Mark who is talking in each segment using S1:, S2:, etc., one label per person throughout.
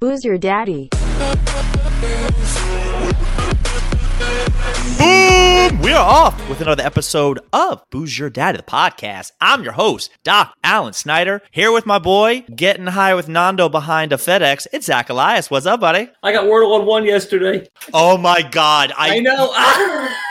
S1: Who's your daddy?
S2: Boom! We are off with another episode of Booze Your Daddy, the podcast. I'm your host, Doc Alan Snyder, here with my boy, getting high with Nando behind a FedEx. It's Zach Elias. What's up, buddy?
S3: I got Wordle on one yesterday.
S2: Oh my God.
S3: I know.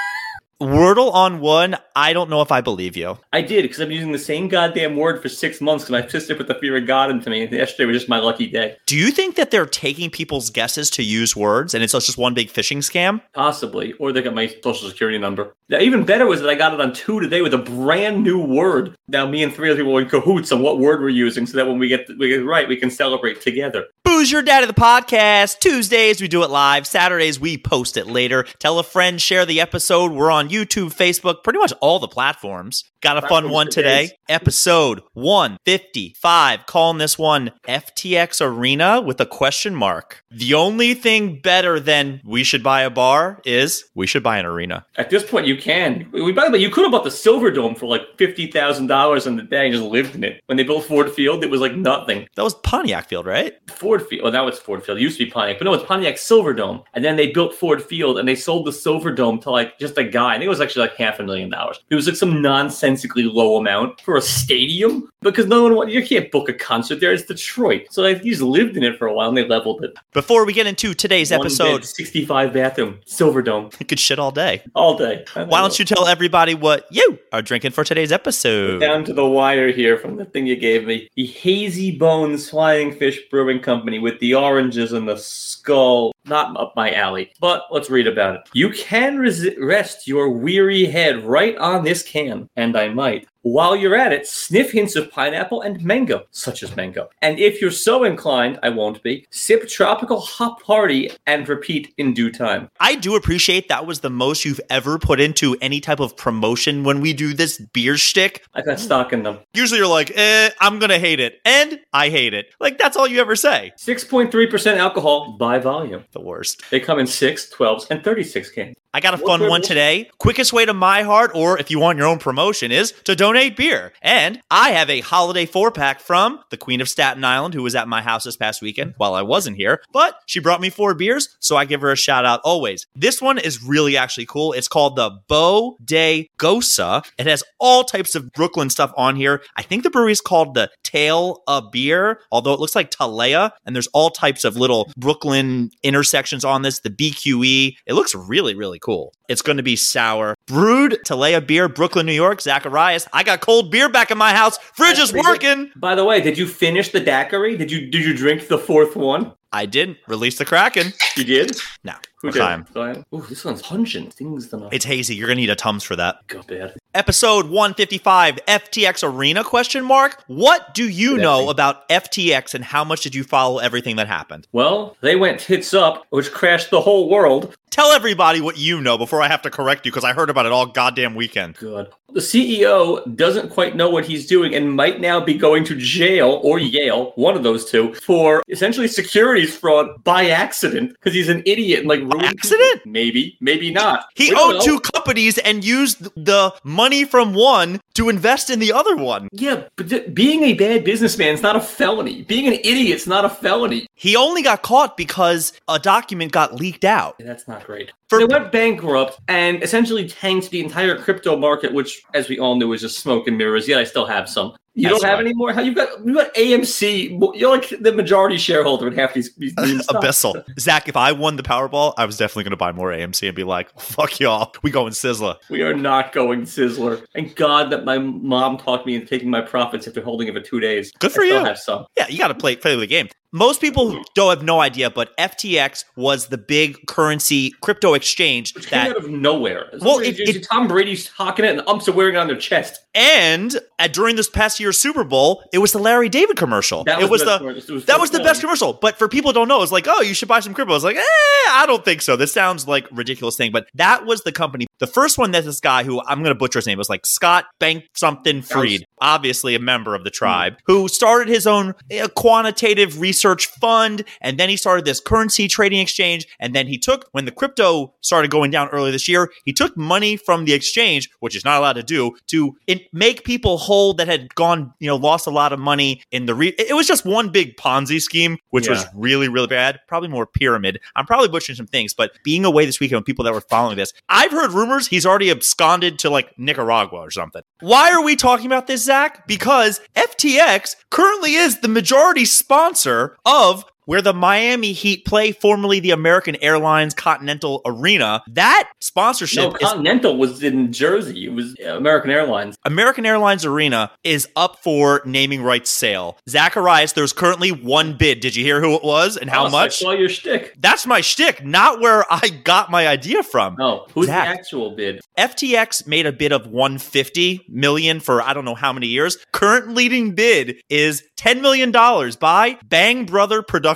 S2: Wordle on one, I don't know if I believe you.
S3: I did because I've been using the same goddamn word for six months because my sister put the fear of God into me. And yesterday was just my lucky day.
S2: Do you think that they're taking people's guesses to use words and it's just one big phishing scam?
S3: Possibly. Or they got my social security number. Now, even better was that I got it on two today with a brand new word. Now, me and three other people were in cahoots on what word we're using so that when we get, we get it right, we can celebrate together.
S2: Booze Your Daddy the podcast. Tuesdays we do it live. Saturdays we post it later. Tell a friend, share the episode. We're on YouTube, Facebook, pretty much all the platforms. Got a fun
S3: Platforms
S2: one
S3: for
S2: today.
S3: days.
S2: Episode 155. Calling this one FTX Arena with a question mark. The only thing better than we should buy a bar is we should buy an arena.
S3: At this point, you can. We, by the way, you could have bought the Silver Dome for like $50,000 on the day and just lived in it. When they built Ford Field, it was like nothing.
S2: That was Pontiac Field, right?
S3: Ford Field. Well, now it's Ford Field. It used to be Pontiac, but no, it's Pontiac Silverdome. And then they built Ford Field, and they sold the Silverdome to like just a guy. I think it was actually like half a million dollars. It was like some nonsensically low amount for a stadium because no one wanted. You can't book a concert there. It's Detroit, so like, he's lived in it for a while, and they leveled it.
S2: Before we get into today's episode,
S3: sixty-five bathroom Silverdome
S2: we could shit all day.
S3: all day. I
S2: Why don't you tell everybody what you are drinking for today's episode?
S3: down to the wire here from the thing you gave me. The Hazy Bones Flying Fish Brewing Company with the oranges and the skull. Not up my alley, but let's read about it. You can resi- rest your weary head right on this can, and I might. While you're at it, sniff hints of pineapple and mango, such as mango. And if you're so inclined, I won't be, sip tropical hop party and repeat in due time.
S2: I do appreciate that was the most you've ever put into any type of promotion when we do this beer shtick.
S3: I got stock in them.
S2: Usually you're like, eh, I'm gonna hate it. And I hate it. Like that's all you ever say.
S3: 6.3% alcohol by volume.
S2: The worst.
S3: They come in 6, 12s, and 36 cans.
S2: I got a
S3: What's
S2: fun
S3: your-
S2: one today. Quickest way to my heart, or if you want your own promotion, is to donate beer. And I have a holiday four pack from the Queen of Staten Island, who was at my house this past weekend while I wasn't here. But she brought me four beers, so I give her a shout out always. This one is really actually cool. It's called the Bo de Gosa. It has all types of Brooklyn stuff on here. I think the brewery is called the Tail a Beer, although it looks like Talea. And there's all types of little Brooklyn intersections on this, the BQE. It looks really, really cool. It's going to be sour. Brewed Talea Beer, Brooklyn, New York, Zacharias. I got cold beer back in my house. Fridge is working.
S3: By the way, did you finish the daiquiri? Did you did you drink the fourth one?
S2: I didn't release the Kraken.
S3: You did.
S2: No.
S3: Who
S2: What
S3: did?
S2: time?
S3: Time. Ooh, this one's pungent. Things that
S2: It's hazy. You're going to need a Tums for that.
S3: go bad.
S2: Episode 155, FTX Arena question mark. What do you know
S3: Definitely.
S2: about FTX and how much did you follow everything that happened?
S3: Well, they went tits up, which crashed the whole world.
S2: Tell everybody what you know before I have to correct you because I heard about it all goddamn weekend.
S3: Good. The CEO doesn't quite know what he's doing and might now be going to jail or Yale, one of those two, for essentially securities fraud by accident because he's an idiot and like ruined people.
S2: accident?
S3: Maybe, maybe not.
S2: He
S3: We don't
S2: owned
S3: know.
S2: two companies and used the money from one to invest in the other one.
S3: Yeah, but th- being a bad businessman is not a felony. Being an idiot's not a felony.
S2: He only got caught because a document got leaked out.
S3: Yeah, That's not great.
S2: For-
S3: they went bankrupt and essentially tanked the entire crypto market, which, as we all knew, was just smoke and mirrors. Yet I still have some. You
S2: That's
S3: don't have
S2: right.
S3: any more. How you got? You got AMC. Well, You're like the majority shareholder in half these. these these stocks.
S2: Abyssal. Zach, if I won the Powerball, I was definitely going to buy more AMC and be like, fuck y'all, we going Sizzler.
S3: We are not going Sizzler. Thank God that my mom talked me into taking my profits after holding it for two days.
S2: Good
S3: I
S2: for
S3: still
S2: you.
S3: Have some.
S2: Yeah, you got to play play the game. Most people don't have no idea, but FTX was the big currency crypto exchange
S3: Which
S2: that
S3: came out of nowhere.
S2: Well,
S3: Well,
S2: it- it-
S3: Tom Brady's hawking it, and the umps are wearing it on their chest.
S2: And uh, during this past year's Super Bowl, it was the Larry David commercial.
S3: That
S2: it was the
S3: best- it
S2: that was the best
S3: one.
S2: commercial. But for people who don't know, it's like, oh, you should buy some crypto. It's like, eh, I don't think so. This sounds like ridiculous thing. But that was the company. The first one that this guy who I'm gonna butcher his name was like Scott Bank something Freed, obviously a member of the tribe, who started his own uh, quantitative research fund, and then he started this currency trading exchange. And then he took when the crypto started going down earlier this year, he took money from the exchange, which is not allowed to do, to in- make people whole that had gone on, you know, lost a lot of money in the re- it it was just one big Ponzi scheme, which was
S3: Yeah.
S2: really, really bad. Probably more pyramid. I'm probably butchering some things, but being away this weekend with people that were following this, I've heard rumors he's already absconded to like Nicaragua or something. Why are we talking about this, Zach? Because FTX currently is the majority sponsor of where the Miami Heat play, formerly the American Airlines Continental Arena. That
S3: No,
S2: sponsorship is
S3: Continental was in Jersey. It was American Airlines.
S2: American Airlines Arena is up for naming rights sale. Zacharias, there's currently one bid. Did you hear who it was and how
S3: Us, I
S2: much?
S3: saw your shtick.
S2: That's my shtick, not where I got my idea from.
S3: No, Oh, who's
S2: Zach.
S3: the actual bid?
S2: FTX made a bid of 150 million for I don't know how many years. Current leading bid is 10 million dollars by Bang Brother Productions.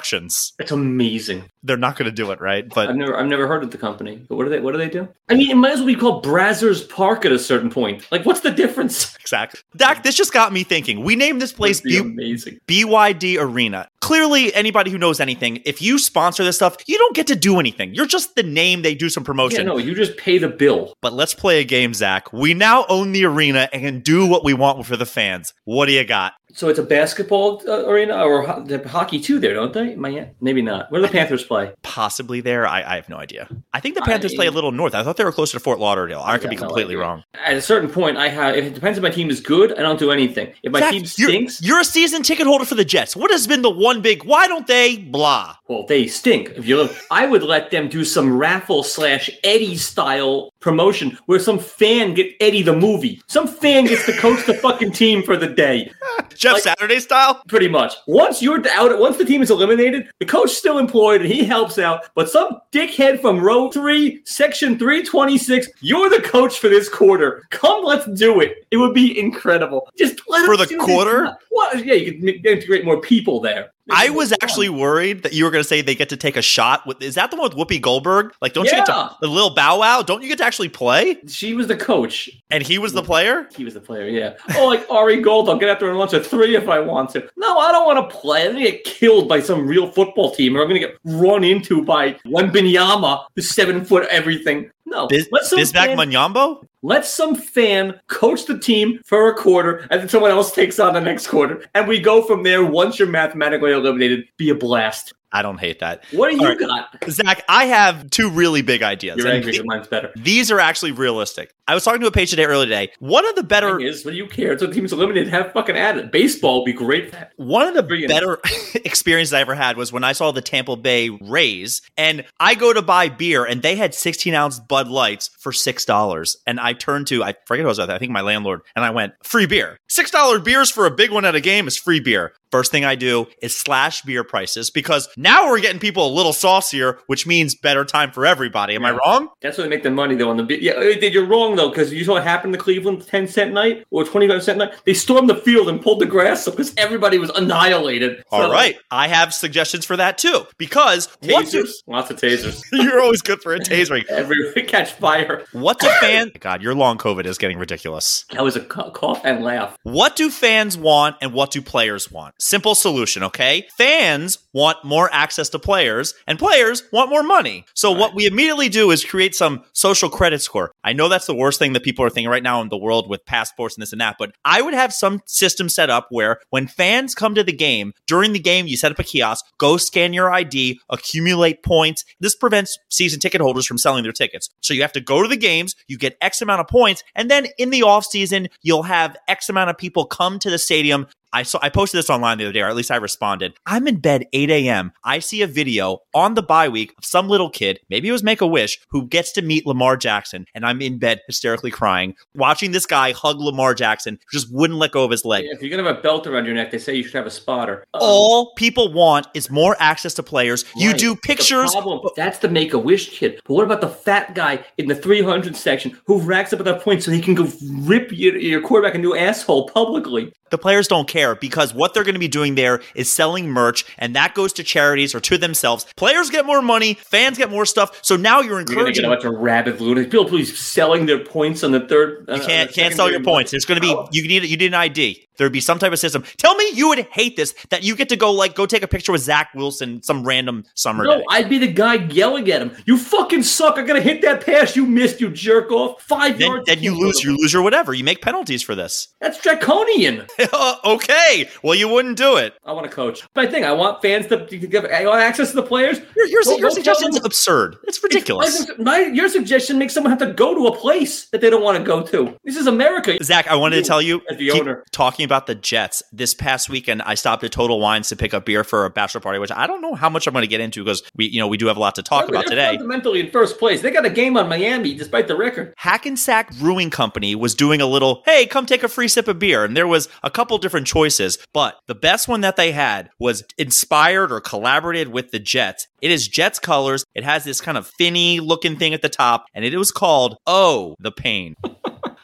S3: It's amazing.
S2: They're not going to do it, right?
S3: I've
S2: But
S3: never, I've never heard of the company. But what do they, what do they do? I mean, it might as well be called Brazzers Park at a certain point. Like, what's the difference?
S2: exactly. Zach, this just got me thinking. We named this place
S3: It'd be
S2: Bu-
S3: amazing.
S2: BYD Arena. Clearly, anybody who knows anything, if you sponsor this stuff, you don't get to do anything. You're just the name. They do some
S3: Yeah,
S2: promotion.
S3: no, you just pay the bill.
S2: But let's play a game, Zach. We now own the arena and can do what we want for the fans. What do you got?
S3: So it's a basketball uh, arena or ho- they have hockey too there, don't they? Miami, maybe not. Where do the Panthers play?
S2: Possibly there. I, I have no idea. I think the
S3: I- Oh,
S2: Panthers play a little north. I thought they were closer to Fort Lauderdale. I,
S3: I
S2: could be
S3: got no
S2: completely
S3: idea.
S2: wrong.
S3: At a certain point, I have. If it depends if my team is good, I don't do anything. If my
S2: Zach,
S3: team
S2: you're-
S3: stinks,
S2: You're, a season ticket holder for the Jets. What has been the one big? Why don't they? Blah.
S3: well, they stink. If you look, I would let them do some raffle slash Eddie style promotion where some fan get Eddie the movie. Some fan gets to coach the fucking team for the day.
S2: Jeff
S3: Like-
S2: Saturday style.
S3: pretty much. Once you're out, once the team is eliminated, the coach's still employed and he helps out. But some dickhead from row three, section 326, you're the coach for this quarter. Come, let's do it. It would be incredible. Just let
S2: For
S3: us
S2: the
S3: do this.
S2: quarter?
S3: What? Yeah, you could m- integrate more people there.
S2: I was actually worried that you were going to say they get to take a shot with. Is that the one with Whoopi Goldberg? Like, don't you get
S3: Yeah.
S2: to the little bow wow? Don't you get to actually play?
S3: She was the coach.
S2: And he was the
S3: Mm.
S2: player.
S3: He was the player, yeah. Oh, like Ari Gold, I'll get after lunch at three if I want to. No, I don't want to play. I'm gonna get killed by some real football team, or I'm gonna get run into by Wembinyama, the seven foot everything. No,
S2: Biz,
S3: let some
S2: Bismack
S3: fan,
S2: Munyambo.
S3: let some fan coach the team for a quarter, and then someone else takes on the next quarter, and we go from there. Once you're mathematically eliminated, be a blast.
S2: I don't hate that.
S3: What do you
S2: All right.
S3: got?
S2: Zach, I have two really big ideas.
S3: You're
S2: and
S3: angry.
S2: the-
S3: Your mine's better.
S2: These are actually realistic. I was talking to a page today earlier today. One of the better
S3: Mine is what do you care? So the team's eliminated. Have fucking at it. Baseball would be great. for that.
S2: one of the
S3: Brilliant.
S2: better experiences I ever had was when I saw the Tampa Bay Rays and I go to buy beer and they had 16 ounce Bud Lights for six dollars. And I turned to I forget who I was with, I think my landlord, and I went, free beer. Six dollar beers for a big one at a game is free beer. First thing I do is slash beer prices because now we're getting people a little saucier, which means better time for everybody. Am I
S3: Yeah.
S2: wrong?
S3: That's where they make their money though on the beat. Yeah, uh, you're wrong though because you saw what happened to Cleveland ten cent night or twenty five cent night. They stormed the field and pulled the grass up because everybody was annihilated.
S2: All right. I have suggestions for that too. Because what do-
S3: tasers, lots of tasers.
S2: you're always good for a tasering.
S3: Every catch fire.
S2: What do fans? God, your long COVID is getting ridiculous.
S3: That was a cu- cough and laugh.
S2: What do fans want and what do players want? Simple solution, okay? Fans want more access to players and players want more money. So, what we immediately do is create some social credit score. I know that's the worst thing that people are thinking right now in the world with passports and this and that, but I would have some system set up where when fans come to the game, during the game, you set up a kiosk, go scan your ID, accumulate points. This prevents season ticket holders from selling their tickets. So, you have to go to the games, you get X amount of points, and then in the off season, you'll have X amount of people come to the stadium. I saw I posted this online the other day, or at least I responded. I'm in bed 8 a.m. I see a video on the bye week of some little kid, maybe it was Make a Wish, who gets to meet Lamar Jackson, and I'm in bed hysterically crying, watching this guy hug Lamar Jackson, who just wouldn't let go of his leg.
S3: If you're gonna have a belt around your neck, they say you should have a spotter. Um,
S2: All people want is more access to players. You
S3: right.
S2: do
S3: The
S2: pictures.
S3: problem- that's the make a wish kid. But what about the fat guy in the 300 section who racks up at that point so he can go rip your, your quarterback a new asshole publicly?
S2: The players don't care because what they're going to be doing there is selling merch, and that goes to charities or to themselves. Players get more money, fans get more stuff. So now you're
S3: You're gonna get
S2: encouraging.
S3: a bunch of rabid lunatics. People, please selling their points on the third. uh,
S2: You can't can't sell your points. There's going to be
S3: Oh.
S2: you need you need an ID. There'd be some type of system. Tell me you would hate this that you get to go like go take a picture with Zach Wilson some random summer
S3: No,
S2: day.
S3: I'd be the guy yelling at him. You fucking suck! I'm gonna hit that pass. You missed. You jerk off. Five
S2: Then,
S3: yards.
S2: then you lose, you lose your whatever. You make penalties for this.
S3: That's draconian.
S2: okay. Well, you wouldn't do it.
S3: I want to coach. My thing. I want fans to, to give. I want access to the players.
S2: Your, your,
S3: Don't-
S2: your
S3: don't tell
S2: suggestion's
S3: them-
S2: absurd. It's ridiculous.
S3: My, my- your suggestion makes someone have to go to a place that they don't want to go to. This is America.
S2: Zach, I wanted to tell you,
S3: As the
S2: keep
S3: owner.
S2: talking about the Jets. This past weekend, I stopped at Total Wines to pick up beer for a bachelor party, which I don't know how much I'm going to get into because we, you know, we do have a lot to talk about
S3: They're
S2: today.
S3: Fundamentally in first place. They got a game on Miami despite the record.
S2: Hackensack Brewing Company was doing a little, hey, come take a free sip of beer. And there was a couple different choices, but the best one that they had was inspired or collaborated with the Jets. It is Jets colors. It has this kind of finny looking thing at the top, and it was called Oh, the Pain.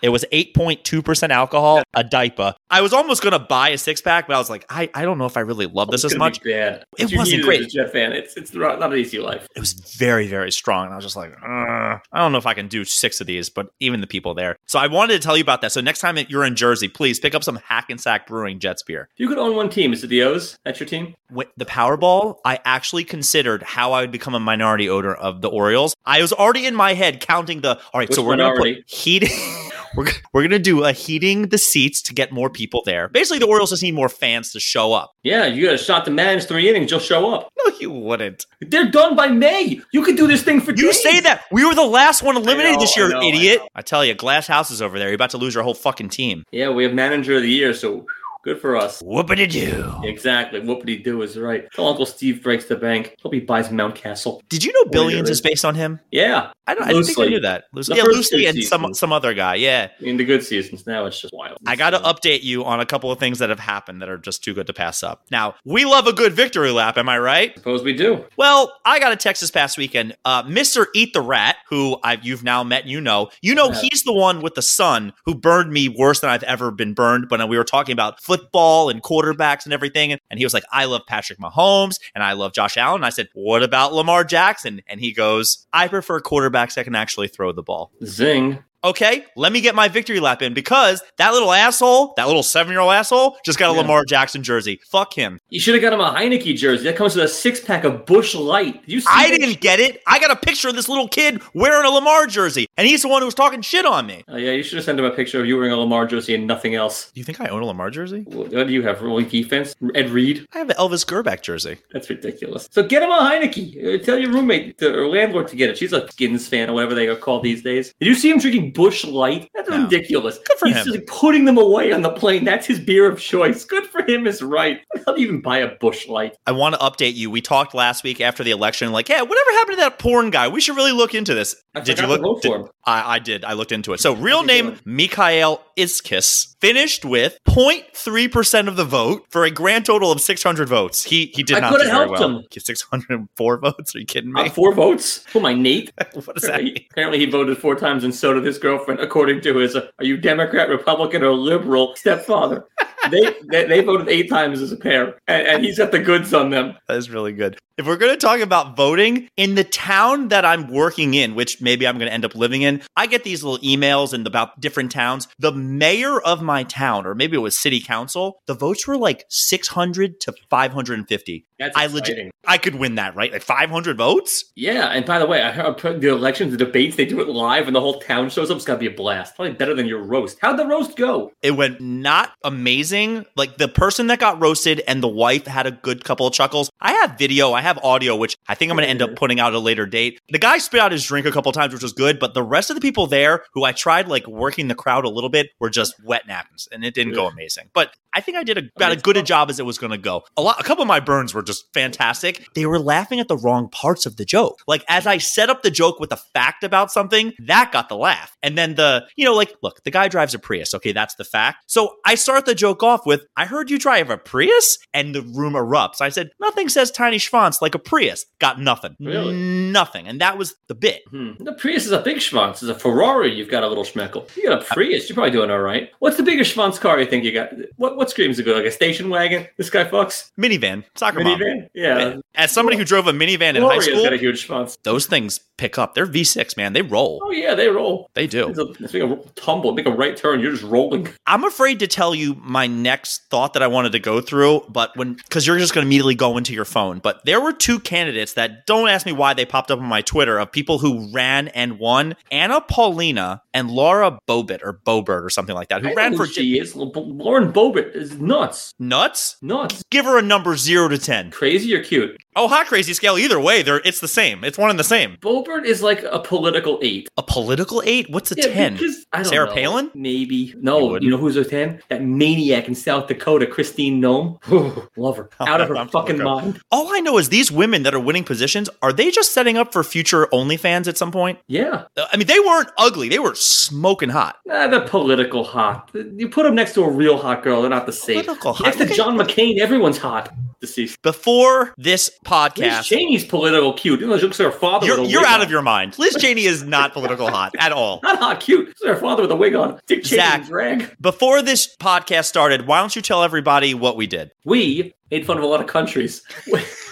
S2: It was 8.2% alcohol, a diaper. I was almost going to buy a six pack, but I was like, I, I don't know if I really love this as
S3: gonna
S2: much.
S3: be bad.
S2: It
S3: If you
S2: wasn't
S3: need
S2: great.
S3: As a Jet fan, it's it's not not an easy life.
S2: it was very very strong and i was just like "Ugh, i don't know if i can do six of these but even the people there so i wanted to tell you about that so next time that you're in jersey please pick up some hackensack brewing jets beer
S3: If you could own one team, is it the O's? That's your team.
S2: Wh- the powerball i actually considered how i would become a minority owner of the orioles i was already in my head counting the all right
S3: Which
S2: so we're gonna
S3: minority?
S2: put heating we're, g- we're gonna do a heating the seats to get more people there basically the orioles just need more fans to show up
S3: Yeah, you got a shot to manage three innings. You'll show up.
S2: no you wouldn't
S3: They're done by May. You could do this thing for
S2: You
S3: days.
S2: say that we were the last one eliminated
S3: know,
S2: this year,
S3: I know, I
S2: idiot.
S3: know.
S2: I, tell you, glass houses over there. You're about to lose your whole fucking team.
S3: Yeah, we have manager of the year, so good for us.
S2: Whoopity doo.
S3: Exactly. Whoopity do is right. Till Uncle Steve breaks the bank. Hope he buys Mount Castle.
S2: Did you know Billions
S3: there
S2: is based on him?
S3: Yeah.
S2: I don't. I don't think I
S3: Loosely.
S2: knew that. Loosely,
S3: The
S2: yeah,
S3: first
S2: loosely
S3: two
S2: and some
S3: seasons.
S2: some other guy. Yeah.
S3: In the good seasons. Now it's just wild.
S2: I got to update you on a couple of things that have happened that are just too good to pass up. Now, we love a good victory lap, am I right?
S3: Suppose we do.
S2: Well, I got a text this past weekend. Uh, Mr. Eat the Rat, who I've you've now met, you know, you know,
S3: Yeah.
S2: he's the one with the son who burned me worse than I've ever been burned. But we were talking about football and quarterbacks and everything, and he was like, "I love Patrick Mahomes and I love Josh Allen." I said, "What about Lamar Jackson?" And he goes, "I prefer quarterbacks that can actually throw the ball."
S3: Zing.
S2: Okay, let me get my victory lap in because that little asshole, that little seven year old asshole, just got a
S3: Yeah.
S2: Lamar Jackson jersey. Fuck him.
S3: You should have got him a Heineke jersey. That comes with a six pack of Bush Light. Did you see
S2: I
S3: that?
S2: didn't get it. I got a picture of this little kid wearing a Lamar jersey, and he's the one who was talking shit on me.
S3: Oh, yeah, you should have sent him a picture of you wearing a Lamar jersey and nothing else.
S2: Do you think I own a Lamar jersey?
S3: What what do you have? Rolling defense? Ed Reed?
S2: I have an Elvis Gerback jersey.
S3: That's ridiculous. So get him a Heineke. Uh, Tell your roommate to, or landlord to get it. She's a skins fan or whatever they are called these days. Did you see him drinking Bush Light? That's
S2: No.
S3: ridiculous.
S2: Good for
S3: He's
S2: him.
S3: just like putting them away on the plane. That's his beer of choice. Good for him is right. How do you even buy a Bush Light?
S2: I want to update you. We talked last week after the election, like, yeah, whatever happened to that porn guy? We should really look into this.
S3: I
S2: did you
S3: forgot
S2: look?
S3: to vote
S2: did-
S3: for him.
S2: I, I did. I looked into it. So, real
S3: How'd you
S2: name Mikhail Iskis finished with 0.3 percent of the vote for a grand total of 600 votes. He he did
S3: I
S2: not do
S3: could've
S2: very
S3: helped
S2: well.
S3: him.
S2: 604 votes? Are you kidding
S3: Uh,
S2: me?
S3: four votes? Who am I, Nate?
S2: what does that mean?
S3: Apparently, he voted four times, and so did his girlfriend, according to his uh, "Are you Democrat, Republican, or Liberal?" stepfather. they, they they voted eight times as a pair, and, and he's got the goods on them.
S2: That is really good. If we're going to talk about voting in the town that I'm working in, which maybe I'm going to end up living in, I get these little emails and about different towns. The mayor of my town, or maybe it was city council, the votes were like 600 to 550.
S3: That's
S2: I legit-
S3: exciting.
S2: I could win that, right? Like 500 votes?
S3: Yeah, and by the way, I heard put the elections, the debates, they do it live, and the whole town shows up. It's got to be a blast. Probably better than your roast. How'd the roast go?
S2: It went not amazing. Like the person that got roasted and the wife had a good couple of chuckles. I have video, I have audio, which I think I'm going to end up putting out at a later date. The guy spit out his drink a couple of times, which was good, but the rest of the people there who I tried like working the crowd a little bit were just wet napkins and it didn't go amazing. But I think I did about as
S3: it's
S2: good a
S3: tough.
S2: job as it was going to go. A lot, a couple of my burns were just fantastic. They were laughing at the wrong parts of the joke. Like as I set up the joke with a fact about something, that got the laugh. And then the, you know, like, look, the guy drives a Prius. Okay, that's the fact. So I start the joke off with, I heard you drive a Prius, and the room erupts. I said, nothing says tiny schwanz like a Prius. Got nothing.
S3: Really?
S2: Nothing. And that was the bit.
S3: Hmm. The Prius is a big schwanz. It's a Ferrari. You've got a little schmeckle. You got a Prius. You're probably doing all right. What's the biggest schwanz car you think you got? What, what screams it good? Like a station wagon? This guy fucks
S2: Minivan, soccer mom.
S3: minivan. Yeah,
S2: As somebody who drove a minivan in high
S3: Gloria's
S2: school,
S3: got a huge response.
S2: those things pick up. They're V6, man. They roll.
S3: Oh yeah, they roll.
S2: They do.
S3: It's a, it's like a tumble, make a right turn. You're just rolling.
S2: I'm afraid to tell you my next thought that I wanted to go through, but when because you're just going to immediately go into your phone. But there were two candidates that don't ask me why they popped up on my Twitter of people who ran and won Anna Paulina and Laura Bobit or Bobert or something like that, who
S3: I
S2: ran
S3: know
S2: for
S3: who she is Lauren Bobert is nuts,
S2: nuts.
S3: nuts,
S2: Give her a number zero to ten.
S3: crazy or cute.
S2: Oh, hot crazy scale. Either way, they're it's the same. It's one and the same.
S3: Bobert is like a political eight.
S2: A political eight. What's a ten?
S3: because- I don't
S2: Sarah
S3: know.
S2: Palin?
S3: Maybe.
S2: You
S3: No,
S2: wouldn't.
S3: you, know who's a ten? That maniac in South Dakota, Christine Nome. Love her. Out of her
S2: I'm-
S3: fucking
S2: okay.
S3: mind.
S2: All I know is these women that are winning positions are they just setting up for future OnlyFans at some point?
S3: Yeah.
S2: Uh, I mean, they weren't ugly. They were smoking hot.
S3: Nah, they're political hot. You put them next to a real hot girl, they're not the same.
S2: Political hot.
S3: Next to
S2: Okay.
S3: John McCain, everyone's hot. Deceased.
S2: Before this
S3: Liz
S2: podcast,
S3: Cheney's political cute. You know, she looks like her father.
S2: you're,
S3: with a
S2: you're
S3: wig
S2: out
S3: on.
S2: of your mind. Liz Cheney is not political hot at all.
S3: Not hot, cute. It's her father with a wig on. Dick Cheney
S2: Zach.
S3: in drag.
S2: Before this podcast started, why don't you tell everybody what we did?
S3: We made fun of a lot of countries.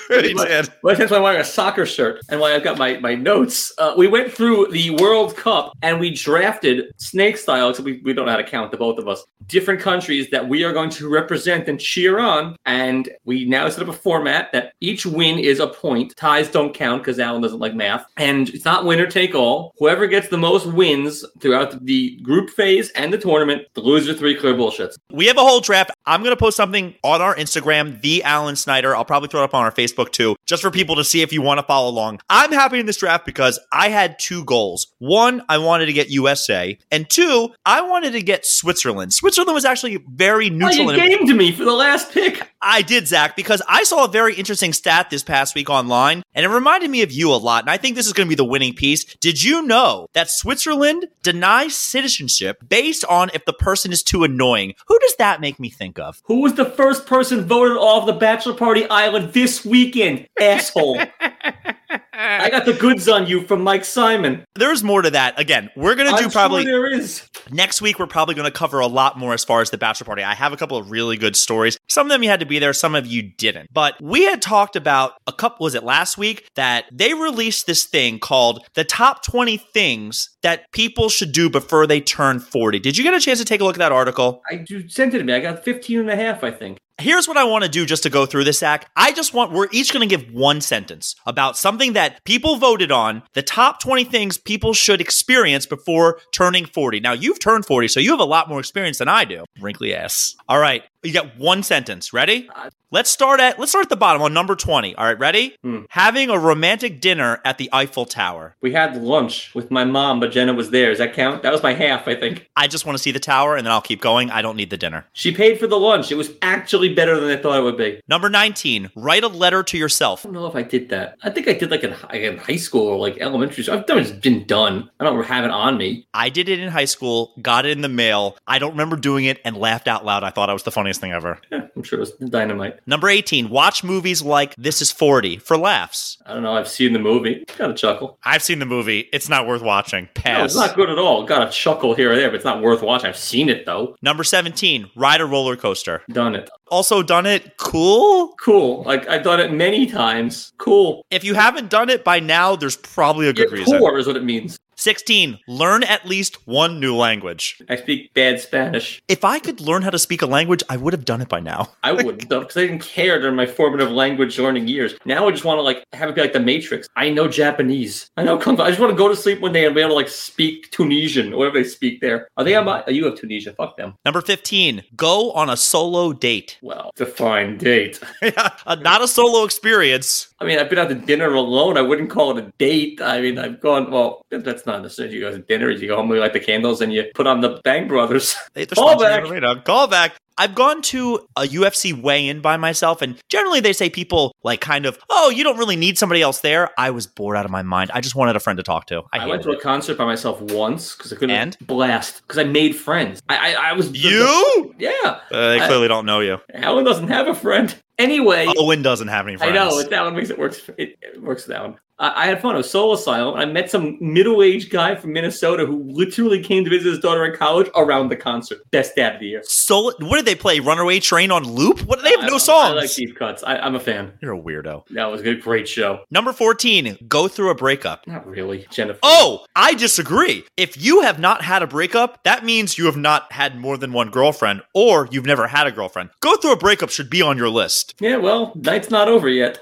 S2: Really
S3: What?
S2: did.
S3: Well, that's why I'm wearing a soccer shirt and why I've got my, my notes. Uh, we went through the World Cup and we drafted snake style, except we, we don't know how to count the both of us, different countries that we are going to represent and cheer on. And we now set up a format that each win is a point. Ties don't count because Alan doesn't like math. And it's not winner take all. Whoever gets the most wins throughout the group phase and the tournament, the loser three clear bullshits.
S2: We have a whole draft. I'm going to post something on our Instagram, the Alan Snyder. I'll probably throw it up on our Facebook too, just for people to see if you want to follow along. I'm happy in this draft because I had two goals. One, I wanted to get USA, and two, I wanted to get Switzerland. Switzerland was actually very
S3: Well,
S2: neutral
S3: Oh, you
S2: and
S3: gamed me for the last pick.
S2: I did, Zach, because I saw a very interesting stat this past week online, and it reminded me of you a lot. And I think this is going to be the winning piece. Did you know that Switzerland denies citizenship based on if the person is too annoying? Who does that make me think of?
S3: Who was the first person voted off the bachelor party island this weekend? Asshole. I got the goods on you from Mike Simon.
S2: There's more to that. Again, we're going
S3: I'm
S2: to do
S3: sure
S2: probably
S3: there is.
S2: next week. We're probably going to cover a lot more as far as the bachelor party. I have a couple of really good stories. Some of them you had to be there, some of you didn't. But we had talked about a couple. Was it last week that they released this thing called the top 20 things that people should do before they turn 40? Did you get a chance to take a look at that article?
S3: I you sent it to me. I got 15 and a half, I think.
S2: Here's what I want to do just to go through this act. I just want, we're each going to give one sentence about something that people voted on, the top 20 things people should experience before turning 40. Now, you've turned 40, so you have a lot more experience than I do. Wrinkly ass. All right. You got one sentence. Ready?
S3: Uh,
S2: Let's start at, let's start at the bottom on number 20. All right. Ready?
S3: Hmm.
S2: Having a romantic dinner at the Eiffel Tower.
S3: We had lunch with my mom, but Jenna was there. Does that count? That was my half, I think.
S2: I just want to see the tower and then I'll keep going. I don't need the dinner.
S3: She paid for the lunch. It was actually better than I thought it would be. I
S2: Number 19, write a letter to yourself.
S3: don't know if I did that. I think I did like in, hi- in high school or like elementary school. I've done it's been done. I don't have it on me.
S2: I did it in high school, got it in the mail. I don't remember doing it and laughed out loud. I thought I was the funniest thing ever.
S3: Yeah, I'm sure it was dynamite.
S2: Number 18, watch movies like This is 40 for laughs.
S3: I don't know. I've seen the movie. Got a chuckle.
S2: I've seen the movie. It's not worth watching.
S3: No,
S2: Pass.
S3: it's not good at all. Got a chuckle here or there, but it's not worth watching. I've seen it though.
S2: Number 17, ride a roller coaster.
S3: Done it.
S2: Also done it. Cool.
S3: Cool. Like I've done it many times. Cool.
S2: If you haven't done it by now, there's probably a good
S3: You're
S2: reason.
S3: poor is what it means.
S2: 16, learn at least one new language.
S3: I speak bad Spanish.
S2: If I could learn how to speak a language, I would have done it by now.
S3: I wouldn't though, because I didn't care during my formative language learning years. Now I just want to like have it be like the Matrix. I know Japanese. I know Kung Fu. I just want to go to sleep one day and be able to like speak Tunisian or whatever they speak there. Are they on my? Oh, you have Tunisia. Fuck them.
S2: Number 15, go on a solo date. Uh,
S3: Well, define date.
S2: not a solo experience.
S3: I mean, I've been out to dinner alone. I wouldn't call it a date. I mean, I've gone. Well, that- that's not necessarily you go to dinner. You go home, you light the candles, and you put on the Bang Brothers.
S2: Hey, they're
S3: Call
S2: sponsoring
S3: back.
S2: it right now. Call back. I've gone to a UFC weigh-in by myself, and generally they say people like kind of, oh, you don't really need somebody else there. I was bored out of my mind. I just wanted a friend to talk to. I,
S3: I,
S2: hated
S3: went to
S2: it.
S3: a concert by myself once because I couldn't
S2: And?
S3: blast because I made friends. I I, I was
S2: you.
S3: Yeah,
S2: Uh, they
S3: I-
S2: clearly don't know you.
S3: Alan doesn't have a friend. Anyway,
S2: Owen doesn't have any
S3: I
S2: Oh, friends.
S3: know that one makes it works. It, it works for that one. I, I had fun. I was soul asylum. I met some middle aged guy from Minnesota who literally came to visit his daughter in college around the concert. Best dad of the year.
S2: Soul. What did they play? Runaway Train on loop? What? They have
S3: I-
S2: no
S3: I like
S2: songs.
S3: deep cuts. I, I'm a fan.
S2: You're a weirdo.
S3: That was a good, great show.
S2: Number 14, go through a breakup.
S3: Not really, Jennifer.
S2: Oh, I disagree. If you have not had a breakup, that means you have not had more than one girlfriend or you've never had a girlfriend. Go through a breakup should be on your list.
S3: yeah. Well, night's not over yet.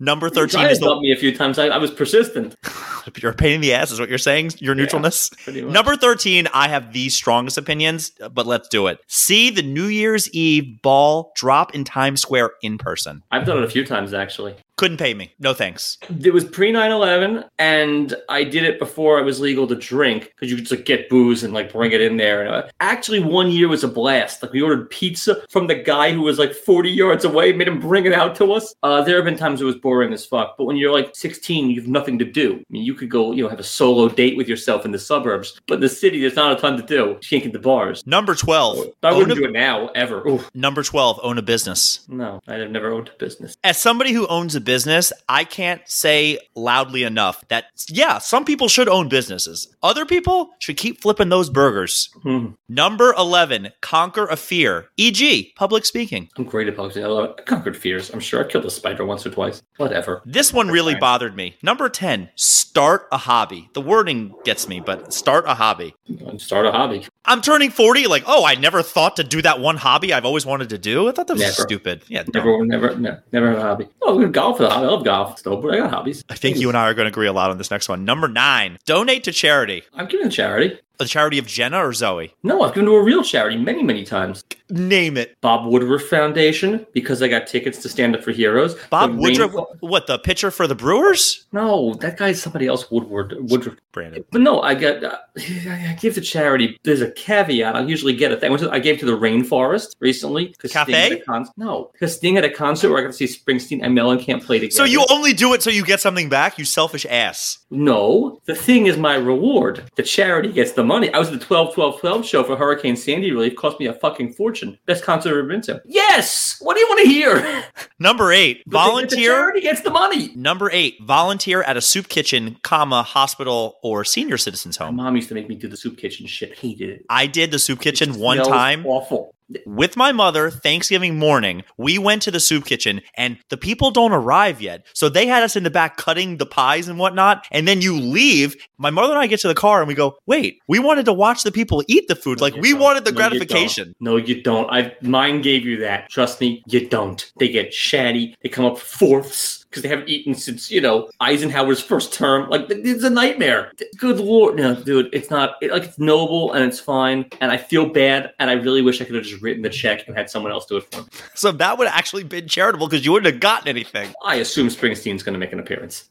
S2: Number
S3: Thirteen
S2: 13 is the
S3: bumped me a few times. I, I was persistent.
S2: you're a pain in the ass is what you're saying, your
S3: Yeah.
S2: neutralness.
S3: Pretty much.
S2: Number 13, I have the strongest opinions, but let's do it. See the New Year's Eve ball drop in Times Square in person.
S3: I've done it a few times actually.
S2: Couldn't pay me. No thanks.
S3: It was pre 9 11, and I did it before it was legal to drink because you could just like, get booze and like bring it in there. And uh, actually, one year was a blast. Like, we ordered pizza from the guy who was like 40 yards away, made him bring it out to us. Uh, there have been times it was boring as fuck, but when you're like 16, you have nothing to do. I mean, you could go, you know, have a solo date with yourself in the suburbs, but in the city, there's not a ton to do. You can't get the bars.
S2: Number 12.
S3: I
S2: Own a,
S3: wouldn't do it now, ever. Ooh,
S2: number 12, own a business.
S3: no, I've never owned a business.
S2: As somebody who owns a business, I can't say loudly enough that, yeah, some people should own businesses. Other people should keep flipping those burgers.
S3: Hmm.
S2: Number 11, conquer a fear, e.g., public speaking.
S3: I'm great at public speaking. I love it. I conquered fears. I'm sure I killed a spider once or twice. Whatever.
S2: This one really bothered me. Number 10, start a hobby. The wording gets me, but start a hobby.
S3: Start a hobby.
S2: I'm turning 40, like, oh, I never thought to do that one hobby I've always wanted to do. I thought that was
S3: Never.
S2: stupid. Yeah, no.
S3: Never, never, never, never have a hobby. Oh, we're golf. I love golf. Snowboard. I got hobbies.
S2: I think you and I are going to agree a lot on this next one. Number nine, donate to charity.
S3: I'm giving to charity.
S2: The charity of Jenna or Zoe?
S3: No, I've given to a real charity many, many times.
S2: Name it.
S3: Bob Woodruff Foundation because I got tickets to Stand Up for Heroes.
S2: Bob
S3: The
S2: Woodruff,
S3: Rainfall-
S2: what, the pitcher for the Brewers?
S3: No, that guy's somebody else. Woodward Woodruff.
S2: Brandon.
S3: But no, I got uh, I give to charity. There's a caveat. I usually get a thing. I, went to- I gave to the Rainforest recently. 'cause Sting
S2: Cafe?
S3: had a con- no, because Sting at a concert where I got to see Springsteen and Mellencamp play together.
S2: So you only do it so you get something back, you selfish ass.
S3: No, the thing is my reward. The charity gets the money. I was at the 12 12 12 show for Hurricane Sandy relief. Cost me a fucking fortune. Best concert I've ever been to. Yes! What do you want to hear? The thing
S2: Number eight,
S3: is The
S2: volunteer.
S3: charity gets the money.
S2: Number eight, volunteer at a soup kitchen, comma, hospital, or senior citizens
S3: My
S2: home.
S3: mom used to make me do the soup kitchen shit. Hated it.
S2: I did the soup kitchen
S3: It
S2: one
S3: smells
S2: time.
S3: Awful.
S2: with my mother Thanksgiving morning. We went to the soup kitchen and the people don't arrive yet. So they had us in the back cutting the pies and whatnot. And then you leave. My mother and I get to the car and we go, wait, we wanted to watch the people eat the food.
S3: No,
S2: Like
S3: you
S2: we
S3: don't.
S2: wanted the
S3: No, you
S2: gratification.
S3: don't. No, you don't. I mine gave you that. Trust me, you don't. They get shatty. They come up fourths because they haven't eaten since you know Eisenhower's first term. Like th- it's a nightmare. Th- Good lord, no, dude. It's not. It, like it's noble and it's fine. And I feel bad. And I really wish I could have just written the check and had someone else do it for me.
S2: So that would have actually been charitable because you wouldn't have gotten anything.
S3: I assume Springsteen's going to make an appearance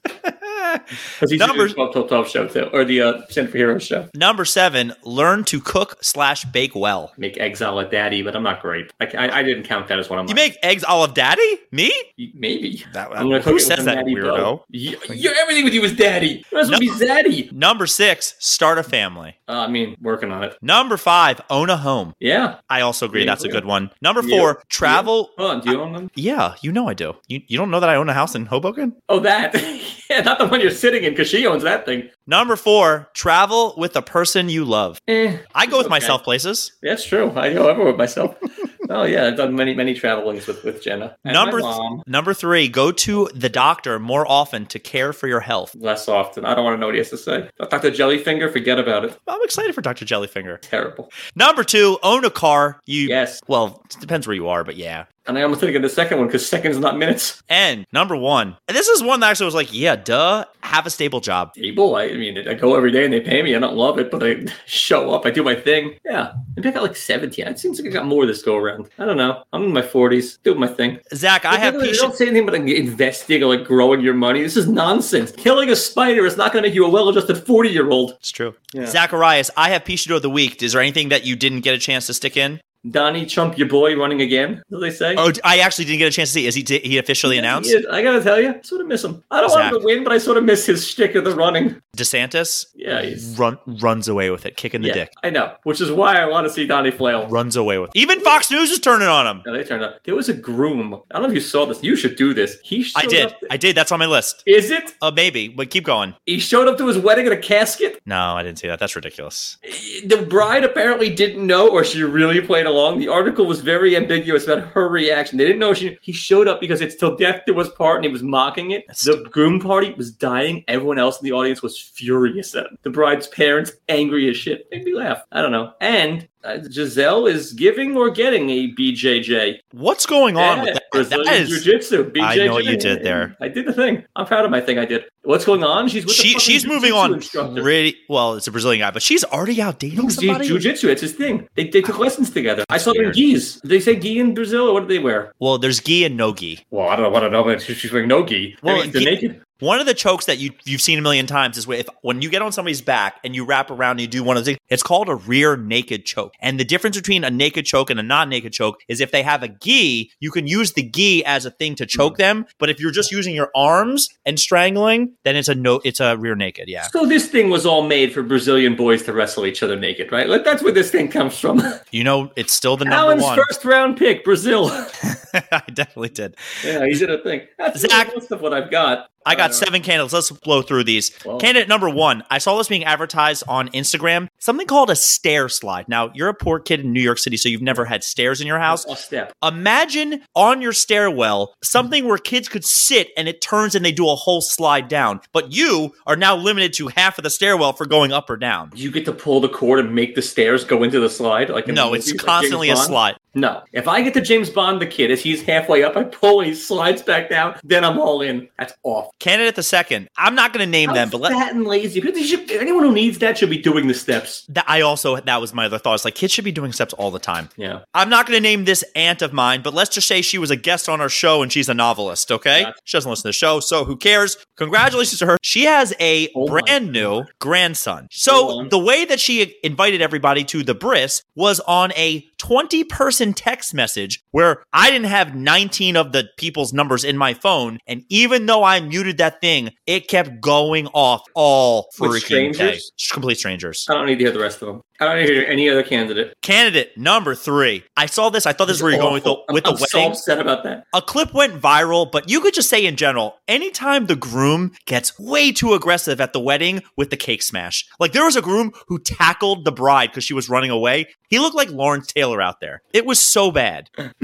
S3: because he's
S2: Numbers-
S3: Numbers. doing the 12, 12 show too, or the uh, Center for Heroes show.
S2: Number seven, learn to cook slash bake well.
S3: Make eggs a la daddy, but I'm not great. I, ca- I, I didn't count that as one of
S2: You
S3: mine.
S2: make eggs olive daddy? Me?
S3: Maybe.
S2: That,
S3: I'm gonna
S2: who says that weirdo?
S3: You, everything with you is daddy. It must
S2: No.
S3: be zaddy.
S2: Number six, start a family.
S3: Uh, I mean, working on it.
S2: Number five, own a home.
S3: Yeah.
S2: I also agree.
S3: Yeah,
S2: That's a
S3: yeah.
S2: good one. Number
S3: Yeah.
S2: four, travel.
S3: Hold on. Do you own them?
S2: Yeah, you know I do. You, you don't know that I own a house in Hoboken?
S3: Oh, that. yeah, not the one you're sitting in because she owns that thing.
S2: Number four, travel with a person you love.
S3: Eh,
S2: I go with
S3: Okay.
S2: myself places.
S3: that's true. I go everywhere with myself. oh yeah, I've done many many travelings with with Jenna. And my
S2: Number th-
S3: mom,
S2: Number three, go to the doctor more often to care for your health.
S3: less often. I don't want to know what he has to say. Dr. Jellyfinger, forget about it.
S2: I'm excited for Dr. Jellyfinger.
S3: Terrible.
S2: Number two, own a car. You
S3: Yes.
S2: well, it depends where you are, but yeah.
S3: And I almost think of the second one because seconds, not minutes.
S2: And number one, and this is one that actually was like, yeah, duh, have a stable job.
S3: Able. I mean, I go every day and they pay me. I don't love it, but I show up. I do my thing. Yeah. Maybe I got like 17. It seems like I got more this go around. I don't know. I'm in my 40s, doing my thing.
S2: Zach, I have
S3: They don't
S2: patient.
S3: say anything about like, investing or like growing your money. This is nonsense. Killing a spider is not going to make you a well adjusted 40 year old.
S2: It's true.
S3: Yeah.
S2: Zacharias, I have patient of the week. Is there anything that you didn't get a chance to stick in?
S3: Donnie Trump, your boy, running again? Do they say?
S2: Oh, I actually didn't get a chance to see. Is he did he officially
S3: He
S2: announced?
S3: is- I gotta tell you, I sort of miss him. I don't want him
S2: Exactly.
S3: to win, but I sort of miss his shtick of the running.
S2: DeSantis
S3: Yeah, he's-
S2: run runs away with it, kicking the
S3: yeah,
S2: dick.
S3: I know, which is why I want to see Donnie flail.
S2: Runs away with it. Even Fox News is turning on him.
S3: No, they turned up. There was a groom. I don't know if you saw this. You should do this. He showed
S2: I did.
S3: Up
S2: I did. That's on my list.
S3: is it?
S2: Uh, maybe, but keep going.
S3: He showed up to his wedding in a casket.
S2: No, I didn't see that. That's ridiculous.
S3: The bride apparently didn't know, or she really played along. The article was very ambiguous about her reaction. They didn't know she. He showed up because it's till death do us part, and he was mocking it.
S2: That's
S3: The groom party was dying. Everyone else in the audience was furious at him. The bride's parents angry as shit. Made me laugh. I don't know. And uh, Giselle is giving or getting a BJJ.
S2: What's going on with that?
S3: Brazilian
S2: That is.
S3: jiu-jitsu. BJJ.
S2: I know what you did there.
S3: I did the thing. I'm proud of my thing. I did. What's going on? She's with the
S2: She,
S3: fucking
S2: she's moving
S3: jiu-jitsu
S2: on
S3: Instructor.
S2: pretty well. It's a Brazilian guy, but she's already out dating
S3: Jiu-
S2: somebody.
S3: Jiu-jitsu, it's his thing. They, they took lessons together. I saw them
S2: Oh. weird.
S3: gis. They say gi in Brazil, or what do they wear?
S2: Well, there's gi and no gi.
S3: Well, I don't know what I know, but she's wearing no gi.
S2: Well,
S3: Well, they're
S2: gi-
S3: naked.
S2: One of the chokes that you you've seen a million times is if when you get on somebody's back and you wrap around and you do one of the things, it's called a rear naked choke. And the difference between a naked choke and a not naked choke is if they have a gi, you can use the gi as a thing to choke them. But if you're just using your arms and strangling, then it's a no, it's a rear naked. Yeah,
S3: So this thing was all made for Brazilian boys to wrestle each other naked, right? Like, that's where this thing comes from.
S2: you know it's still the number
S3: Alan's
S2: one.
S3: first round pick, Brazil.
S2: I definitely did.
S3: yeah, he did a thing. That's
S2: Zach-
S3: most of what I've got.
S2: I got
S3: Uh,
S2: seven candles. Let's blow through these.
S3: Well-
S2: Candidate number one. I saw this being advertised on Instagram. Something called a stair slide. Now you're a poor kid in New York City, so you've never had stairs in your house.
S3: a step.
S2: Imagine on your stairwell something where kids could sit and it turns and they do a whole slide down. But you are now limited to half of the stairwell for going up or down.
S3: You get to pull the cord and make the stairs go into the slide. Like in the
S2: No, it's
S3: movies, like
S2: constantly a
S3: James Bond?
S2: slide.
S3: No. If I get to James Bond, the kid, as he's halfway up, I pull and he slides back down, then I'm all in. That's awful.
S2: Candidate the second. I'm not going to name them,
S3: How's
S2: but let,
S3: fat and lazy. Because they should- anyone who needs that should be doing the steps.
S2: that I also that was my other thought. It's like kids should be doing steps all the time.
S3: Yeah.
S2: I'm not going to name this aunt of mine, but let's just say she was a guest on our show and she's a novelist, okay?
S3: Gotcha.
S2: She doesn't listen to the show, so who cares? Congratulations to her. She has a
S3: Oh my
S2: brand new grandson.
S3: Hold
S2: So
S3: on.
S2: the way that she invited everybody to the bris was on a 20 person text message where I didn't have 19 of the people's numbers in my phone. And even though I muted that thing, it kept going off all
S3: With
S2: freaking
S3: strangers?
S2: day. Complete strangers.
S3: I don't need to hear the rest of them. I don't need to hear any other candidate.
S2: Candidate number three. I saw this. I thought this is where you're going with the
S3: Awful.
S2: with the
S3: I'm, I'm so
S2: wedding.
S3: upset about that.
S2: A clip went viral, but you could just say in general, anytime the groom gets way too aggressive at the wedding with the cake smash. Like there was a groom who tackled the bride because she was running away. He looked like Lawrence Taylor out there. It was so bad. it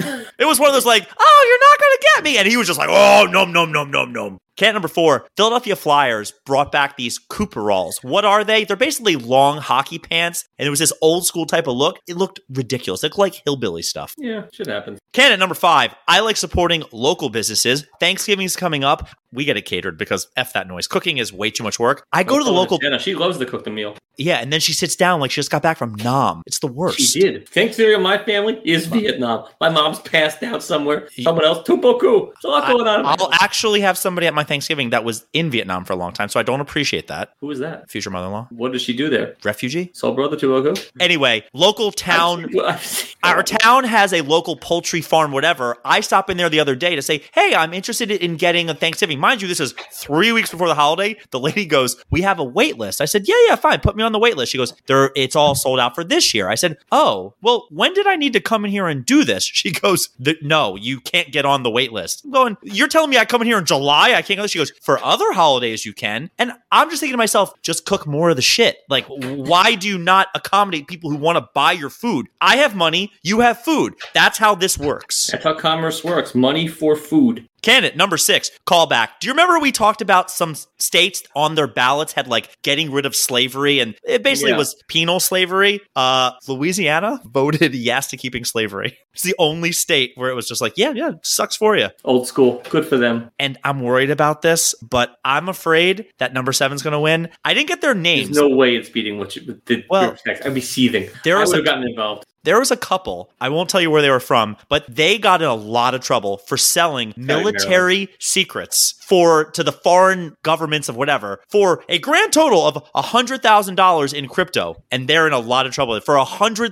S2: was one of those like, oh, you're not gonna get me. And he was just like, oh nom nom nom nom nom. Cat number four, Philadelphia Flyers brought back these Cooperalls. What are they? They're basically long hockey pants, and it was this old school type of look. It looked ridiculous. It looked like hillbilly stuff.
S3: Yeah, shit happens.
S2: Candidate number five, I like supporting local businesses. Thanksgiving's coming up. We get it catered because F that noise. Cooking is way too much work. I go to the local.
S3: Oh, Jenna, she loves to cook the meal.
S2: Yeah, and then she sits down like she just got back from Nam. It's the worst.
S3: She did. Thanksgiving in my family is Vietnam. My mom's passed out somewhere. Someone else, Tupoku. There's a lot going on. in my
S2: I'll
S3: house.
S2: actually have somebody at my Thanksgiving that was in Vietnam for a long time, so I don't appreciate that.
S3: Who is that?
S2: Future mother in law,
S3: What does she do there?
S2: refugee.
S3: Soul brother Tupoku?
S2: Anyway, local town
S3: I've seen-
S2: our town has a local poultry farm, whatever. I stopped in there the other day to say, hey, I'm interested in getting a Thanksgiving. Mind you, this is three weeks before the holiday. The lady goes, we have a wait list. I said, yeah, yeah, fine. Put me on the wait list. She goes, there, it's all sold out for this year. I said, oh, well, when did I need to come in here and do this? She goes, "Th- no, you can't get on the wait list. I'm going, you're telling me I come in here in July? I can't go. She goes, for other holidays, you can. And I'm just thinking to myself, just cook more of the shit. Like, why do you not accommodate people who want to buy your food? I have money, you have food. That's how this works.
S3: That's how commerce works. Money for food.
S2: Candidate number six, callback. Do you remember we talked about some s- states on their ballots had like getting rid of slavery and it basically
S3: Yeah.
S2: was penal slavery? Uh, Louisiana voted yes to keeping slavery. It's the only state where it was just like, yeah, yeah, sucks for you.
S3: Old school. Good for them.
S2: And I'm worried about this, but I'm afraid that number seven's going to win. I didn't get their
S3: There's
S2: names.
S3: no way it's beating what you did.
S2: Well,
S3: I'd be seething.
S2: there
S3: I
S2: was
S3: would
S2: a-
S3: have gotten involved.
S2: There was a couple, I won't tell you where they were from, but they got in a lot of trouble for selling
S3: Maryland.
S2: military secrets for to the foreign governments of whatever for a grand total of $100,000 in crypto. And they're in a lot of trouble. For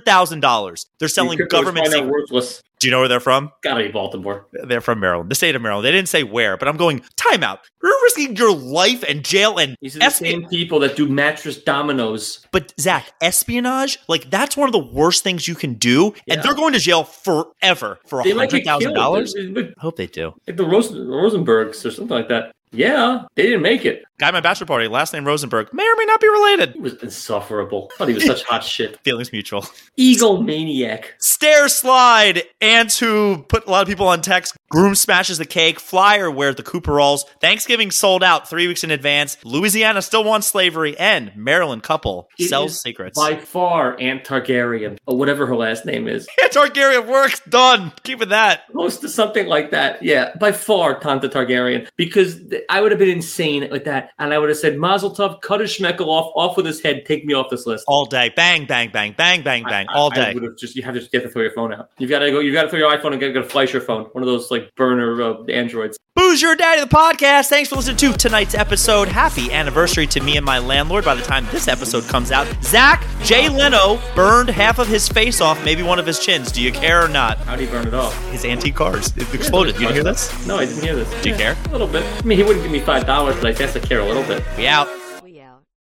S2: $100,000, they're selling
S3: Crypto is
S2: government
S3: probably not
S2: secrets.
S3: worthless.
S2: Do you know where they're from?
S3: Gotta be Baltimore.
S2: They're from Maryland, the state of Maryland. They didn't say where, but I'm going, timeout. You're risking your life and jail and
S3: These are the
S2: espi-
S3: same people that do mattress dominoes.
S2: But Zach, espionage, like that's one of the worst things you can do.
S3: Yeah.
S2: And they're going to jail forever for
S3: They might get
S2: $100,000.
S3: killed. Like
S2: I hope they do.
S3: the Rosen- Rosenbergs or something like that. Yeah, they didn't make it.
S2: Guy at my bachelor party, last name Rosenberg, may or may not be related.
S3: He was insufferable. Thought he was such hot shit.
S2: Feelings mutual.
S3: Egomaniac.
S2: Stair slide. Ants who put a lot of people on text. Groom smashes the cake. Flyer where the Cooperalls. Thanksgiving sold out three weeks in advance. Louisiana still wants slavery. And Maryland couple
S3: It
S2: sells
S3: is
S2: secrets.
S3: By far, Aunt Targaryen, or whatever her last name is.
S2: Targaryen works done. Keeping that.
S3: Close to something like that. Yeah, by far, Tanta Targaryen. Because th- I would have been insane with that. And I would have said, Mazel Tov, cut his schmeckel off, off with his head, take me off this list.
S2: All day. Bang, bang, bang, bang, bang, bang.
S3: I- I-
S2: All
S3: I
S2: day.
S3: would have just you have to just get to throw your phone out. You've got to go. You've got to throw your iPhone and get, get a flash your phone. One of those like burner uh, androids.
S2: Booze Your Daddy, the podcast. Thanks for listening to tonight's episode. Happy anniversary to me and my landlord by the time this episode comes out. Zach, Jay Leno burned half of his face off, maybe one of his chins. Do you care or not?
S3: How do you burn it off?
S2: His antique cars. It exploded. You didn't hear this?
S3: No, I didn't hear this.
S2: Do you care?
S3: A little bit. I mean, he wouldn't give me five dollars, but I guess I care a little bit.
S2: We out.